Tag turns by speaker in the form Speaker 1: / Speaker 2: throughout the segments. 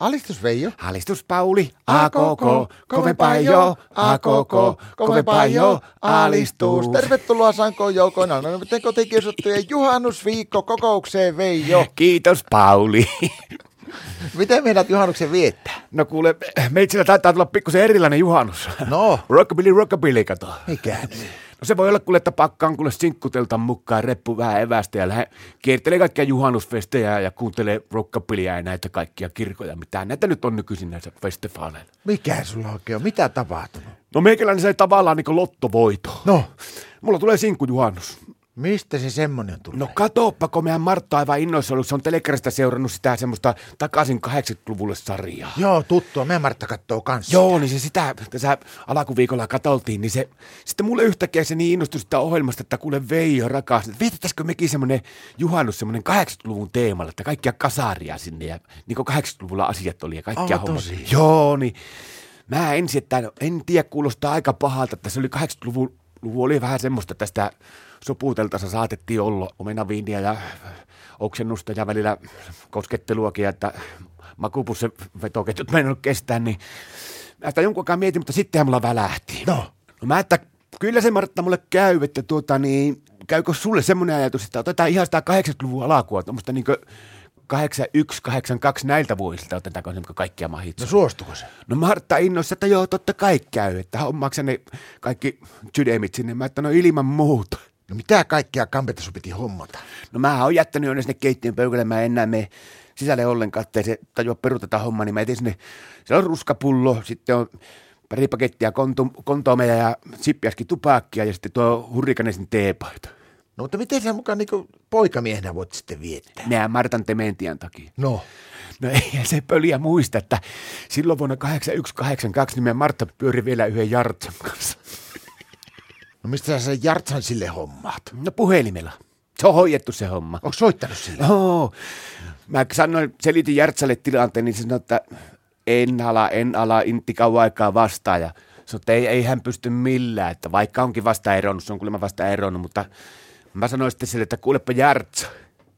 Speaker 1: Alistus Veijo.
Speaker 2: Alistus Pauli, a koko, kovempaa jo, a koko, kovempaa jo, alistus.
Speaker 1: Tervetuloa Sankoon joukoina. No, miten kotikiusattujen juhannusviikko kokoukseen Veijo.
Speaker 2: Kiitos Pauli.
Speaker 1: Miten meidät juhannuksen viettää?
Speaker 2: No kuule, meitsillä taitaa tulla pikkusen erilainen juhannus.
Speaker 1: No,
Speaker 2: Rockabilly, rockabilly, kato. No
Speaker 1: mikä nyt?
Speaker 2: se voi olla kuule, että pakkaan kuule sinkkuteltan mukaan reppu vähän evästä ja lähde kiertelee kaikkia juhannusfestejä ja kuuntelee rockabillyä ja näitä kaikkia kirkoja, mitä näitä nyt on nykyisin näissä festivaaleilla.
Speaker 1: Mikä sulla oikein on? Mitä tapahtunut?
Speaker 2: No meikäläinen se tavallaan niin lottovoito.
Speaker 1: No,
Speaker 2: Mulla tulee sinkkujuhannus.
Speaker 1: mistä se semmonen on tullut?
Speaker 2: No katoppa, kun mehän Martta on aivan innoissa ollut. Se on telekkarista seurannut sitä semmoista takaisin 80-luvulle sarjaa.
Speaker 1: Joo, tuttua. Me Martta kattoo kanssa.
Speaker 2: Joo, niin se sitä tässä alkuviikolla katoltiin, niin se sitten mulle yhtäkkiä se niin innostui sitä ohjelmasta, että kuule Veijo rakas, että vietettäisikö mekin semmonen juhannus semmonen 80-luvun teemalla, että kaikkia kasaria sinne ja niin kuin 80-luvulla asiat oli ja kaikkia
Speaker 1: Aivan
Speaker 2: hommat.
Speaker 1: tosi.
Speaker 2: Joo, niin mä ensin, että no, en tiedä, kuulostaa aika pahalta, että se oli 80-luvun luvu oli vähän semmoista, että sitä sopuuteltassa saatettiin olla omenaviiniä ja oksennusta ja välillä kosketteluakin, ja että makupussen vetoketjut meinannut kestää, niin Mä sitä jonkun aikaa mietin, mutta sittenhän mulla välähti.
Speaker 1: No.
Speaker 2: no mä, että kyllä se Martta mulle käy, että tuota niin, käykö sulle semmoinen ajatus, että otetaan ihan sitä 80-luvun alakua, tuommoista niinku niinkö 81, 82 näiltä vuosilta otetaanko niinkö kaikkia mahitsa.
Speaker 1: No suostuko se?
Speaker 2: No Martta innoissa, että joo, totta kai käy, että hommaaksa ne kaikki sydämit sinne. Mä että no ilman muuta.
Speaker 1: No mitä kaikkea kampetta sun piti hommata?
Speaker 2: No mä oon jättänyt jo ne sinne keittiön pöydälle, mä en enää mene sisälle ollenkaan, ettei se tajua peruteta homma, niin mä etin sinne, se on ruskapullo, sitten on pari pakettia kontum- kontomeja ja sippiäskin tupakkia ja sitten tuo hurrikanesin teepaita.
Speaker 1: No mutta miten sä mukaan niinku poikamiehenä voit sitten viettää?
Speaker 2: Nää Martan tementian takia.
Speaker 1: No.
Speaker 2: No eihän se pöliä muista, että silloin vuonna 8182 niin meidän Martta pyöri vielä yhden Jartsan kanssa.
Speaker 1: No mistä sä sen jartsan sille hommaat?
Speaker 2: No puhelimella. Se on hoidettu se homma.
Speaker 1: Onko soittanut sille?
Speaker 2: Joo. Mä sanoin, selitin Järtsälle tilanteen, niin se sanoi, että en ala, en ala, intti kauan aikaa vastaa. Ja sanoi, että ei, ei hän pysty millään, että vaikka onkin vasta eronnut, se on kuulemma vasta eronnut, mutta mä sanoin sitten sille, että kuulepa Järtsa.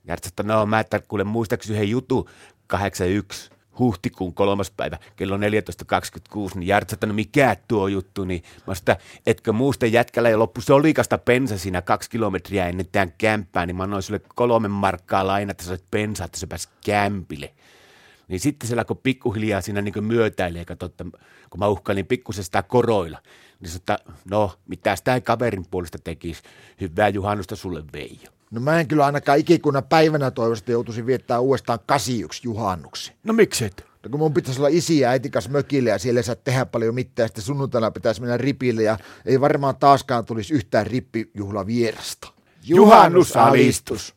Speaker 2: Järtsa, että no mä, että kuule muistaaks yhden jutun, 81 huhtikuun kolmas päivä, kello 14.26, niin Järtsa, että no mikä tuo juttu, niin mä sanoin, että etkö muusta jätkällä jo loppu solikasta bensa siinä kaksi kilometriä ennen tämän kämppää, niin mä annoin sulle kolme markkaa laina, että sä olet bensaa, että sä pääs kämpille. Niin sitten se alkoi pikkuhiljaa siinä niin myötäilee, kato, että kun mä uhkailin pikkusen sitä koroilla, niin sanoin, että no, mitä sitä ei kaverin puolesta tekisi, hyvää juhannusta sulle Veijo.
Speaker 1: No mä en kyllä ainakaan ikikuna päivänä toivosta joutuisin viettää uudestaan 81 juhannuksi.
Speaker 2: No miksi et?
Speaker 1: No kun mun pitäisi olla isi ja äiti kanssa mökillä ja siellä ei saa tehdä paljon mitään, sitten sunnuntaina pitäisi mennä ripille ja ei varmaan taaskaan tulisi yhtään rippijuhla vierasta.
Speaker 2: Juhannusalistus.